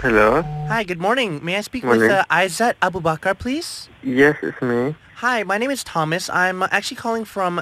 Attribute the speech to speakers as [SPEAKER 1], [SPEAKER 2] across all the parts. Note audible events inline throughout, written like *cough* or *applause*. [SPEAKER 1] Hello.
[SPEAKER 2] Hi, good morning. May I speak with
[SPEAKER 1] Morning.
[SPEAKER 2] uh, Aizat Abubakar, please?
[SPEAKER 1] Yes, it's me.
[SPEAKER 2] Hi, my name is Thomas. I'm uh, actually calling from...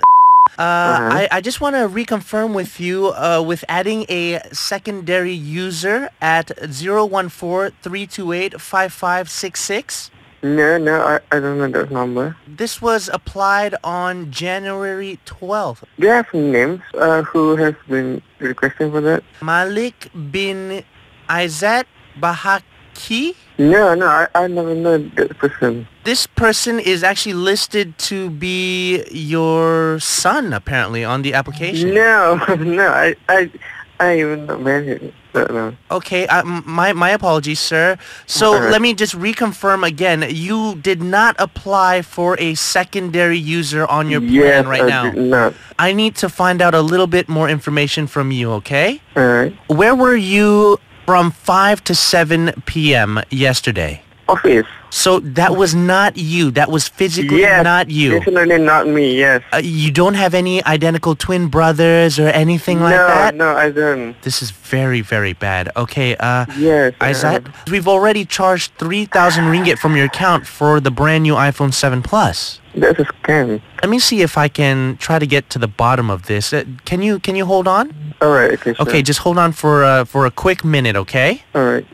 [SPEAKER 2] Uh, I, I just want to reconfirm with you uh, with adding a secondary user at 014-328-5566.
[SPEAKER 1] No, no, I, I don't know that number.
[SPEAKER 2] This was applied on January 12th.
[SPEAKER 1] Do you have names uh, who has been requesting for that?
[SPEAKER 2] Malik bin Aizat Bahaki.
[SPEAKER 1] No, no, I, I never know that person.
[SPEAKER 2] This person is actually listed to be your son, apparently, on the application.
[SPEAKER 1] No, *laughs* no, I, I, I even not married. No, no.
[SPEAKER 2] Okay, uh, m- my, my apologies, sir. So
[SPEAKER 1] Alright.
[SPEAKER 2] let me just reconfirm again. You did not apply for a secondary user on your
[SPEAKER 1] yes,
[SPEAKER 2] plan right
[SPEAKER 1] I
[SPEAKER 2] now.
[SPEAKER 1] did not.
[SPEAKER 2] I need to find out a little bit more information from you, okay?
[SPEAKER 1] All right.
[SPEAKER 2] Where were you from 5 to 7 p.m. yesterday?
[SPEAKER 1] Office.
[SPEAKER 2] So that was not you. That was physically
[SPEAKER 1] yes.
[SPEAKER 2] not you.
[SPEAKER 1] Definitely not me. Yes.
[SPEAKER 2] Uh, you don't have any identical twin brothers or anything like
[SPEAKER 1] no,
[SPEAKER 2] that?
[SPEAKER 1] no, I don't.
[SPEAKER 2] This is very, very bad. Okay, uh,
[SPEAKER 1] Yes.
[SPEAKER 2] Aizat,
[SPEAKER 1] uh,
[SPEAKER 2] we've already charged 3,000 ringgit from your account for the brand new iPhone 7 Plus.
[SPEAKER 1] that's a scam.
[SPEAKER 2] Let me see if I can try to get to the bottom of this. Uh, can you can you hold on?
[SPEAKER 1] All right. Okay. Sure.
[SPEAKER 2] Okay, just hold on for uh, for a quick minute, okay?
[SPEAKER 1] All right.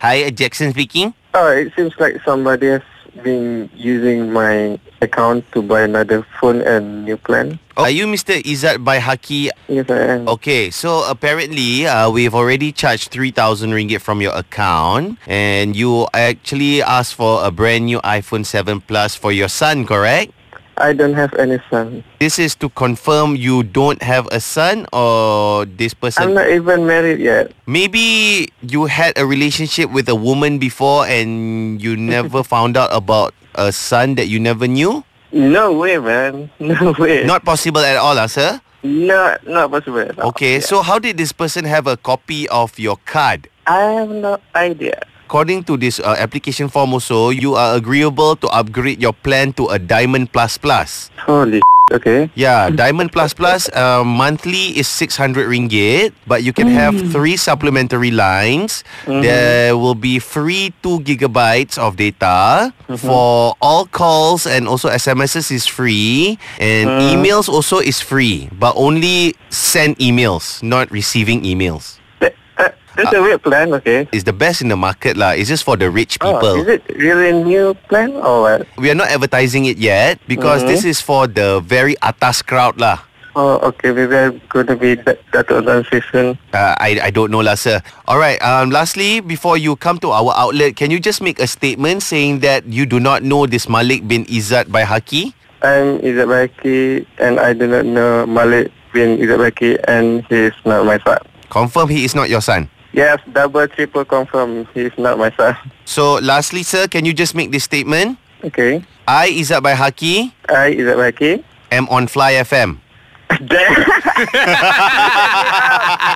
[SPEAKER 3] Hi, uh, Jackson speaking.
[SPEAKER 1] Oh, it seems like somebody has been using my account to buy another phone and new plan.
[SPEAKER 2] Oh.
[SPEAKER 3] Are you Mr. Izzat Baihaki?
[SPEAKER 1] Yes, I am.
[SPEAKER 3] Okay, so apparently uh, we've already charged 3,000 ringgit from your account and you actually asked for a brand new iPhone 7 Plus for your son, correct?
[SPEAKER 1] I don't have any son.
[SPEAKER 3] This is to confirm you don't have a son or this
[SPEAKER 1] I'm
[SPEAKER 3] person.
[SPEAKER 1] not even married yet.
[SPEAKER 3] Maybe you had a relationship with a woman before and
[SPEAKER 1] *laughs*
[SPEAKER 3] you never found out about a son that you never knew?
[SPEAKER 1] No way, man. *laughs* No way.
[SPEAKER 3] Not possible at all, ah, sir?
[SPEAKER 1] not, not possible. at all.
[SPEAKER 3] Okay,
[SPEAKER 1] Oh, Yeah.
[SPEAKER 3] so how did this person have a copy of your card?
[SPEAKER 1] I have no idea.
[SPEAKER 3] According to this uh, application form also, you are agreeable to upgrade your plan to a Diamond Plus Plus.
[SPEAKER 1] Holy okay.
[SPEAKER 3] Yeah, Diamond Plus Plus uh, monthly is 600 ringgit, but you can have
[SPEAKER 1] Mm.
[SPEAKER 3] three supplementary lines.
[SPEAKER 1] Mm-hmm.
[SPEAKER 3] There will be free 2 gigabytes of data
[SPEAKER 1] Mm-hmm.
[SPEAKER 3] for all calls and also SMSs is free and
[SPEAKER 1] Mm.
[SPEAKER 3] emails also is free, but only send emails, not receiving emails.
[SPEAKER 1] That, uh, that's a weird plan, okay.
[SPEAKER 3] is the best in the market lah. It's just for the rich
[SPEAKER 1] Oh, is
[SPEAKER 3] people.
[SPEAKER 1] it really new plan Oh, or what?
[SPEAKER 3] we are not advertising it yet because this is for the very atas crowd lah.
[SPEAKER 1] Oh, okay. Maybe I'm going to be that, that organization.
[SPEAKER 3] Uh, I, I don't know lah, sir. All right. Um, lastly, before you come to our outlet, can you just make a statement saying that you do not know this Malik bin Izzat by Haki?
[SPEAKER 1] I'm Izabaki and I do not know Malik bin Izabaki and he's not my son.
[SPEAKER 3] Confirm he is not your son.
[SPEAKER 1] Yes, double, triple confirm he's not my son. *laughs*
[SPEAKER 3] So, lastly, sir, can you just make this statement?
[SPEAKER 1] Okay.
[SPEAKER 3] I, Izzat by Haki,
[SPEAKER 1] I, *laughs* Izabaki.
[SPEAKER 3] am on Fly FM.
[SPEAKER 1] *laughs*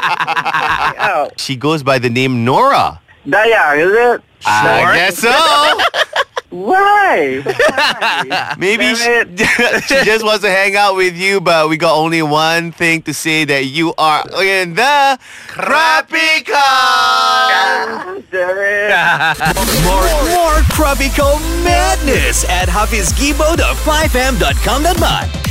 [SPEAKER 1] Out.
[SPEAKER 3] She goes by the name Nora.
[SPEAKER 1] Dayang, is it?
[SPEAKER 3] I guess so. *laughs*
[SPEAKER 1] Why?
[SPEAKER 3] Maybe she,
[SPEAKER 1] Damn
[SPEAKER 3] *laughs* she just wants to hang out with you, but we got only one thing to say that you are in the crappy car.
[SPEAKER 1] Damn it.
[SPEAKER 4] More, more Krabi Call madness at HafizGibo.5m.com.my.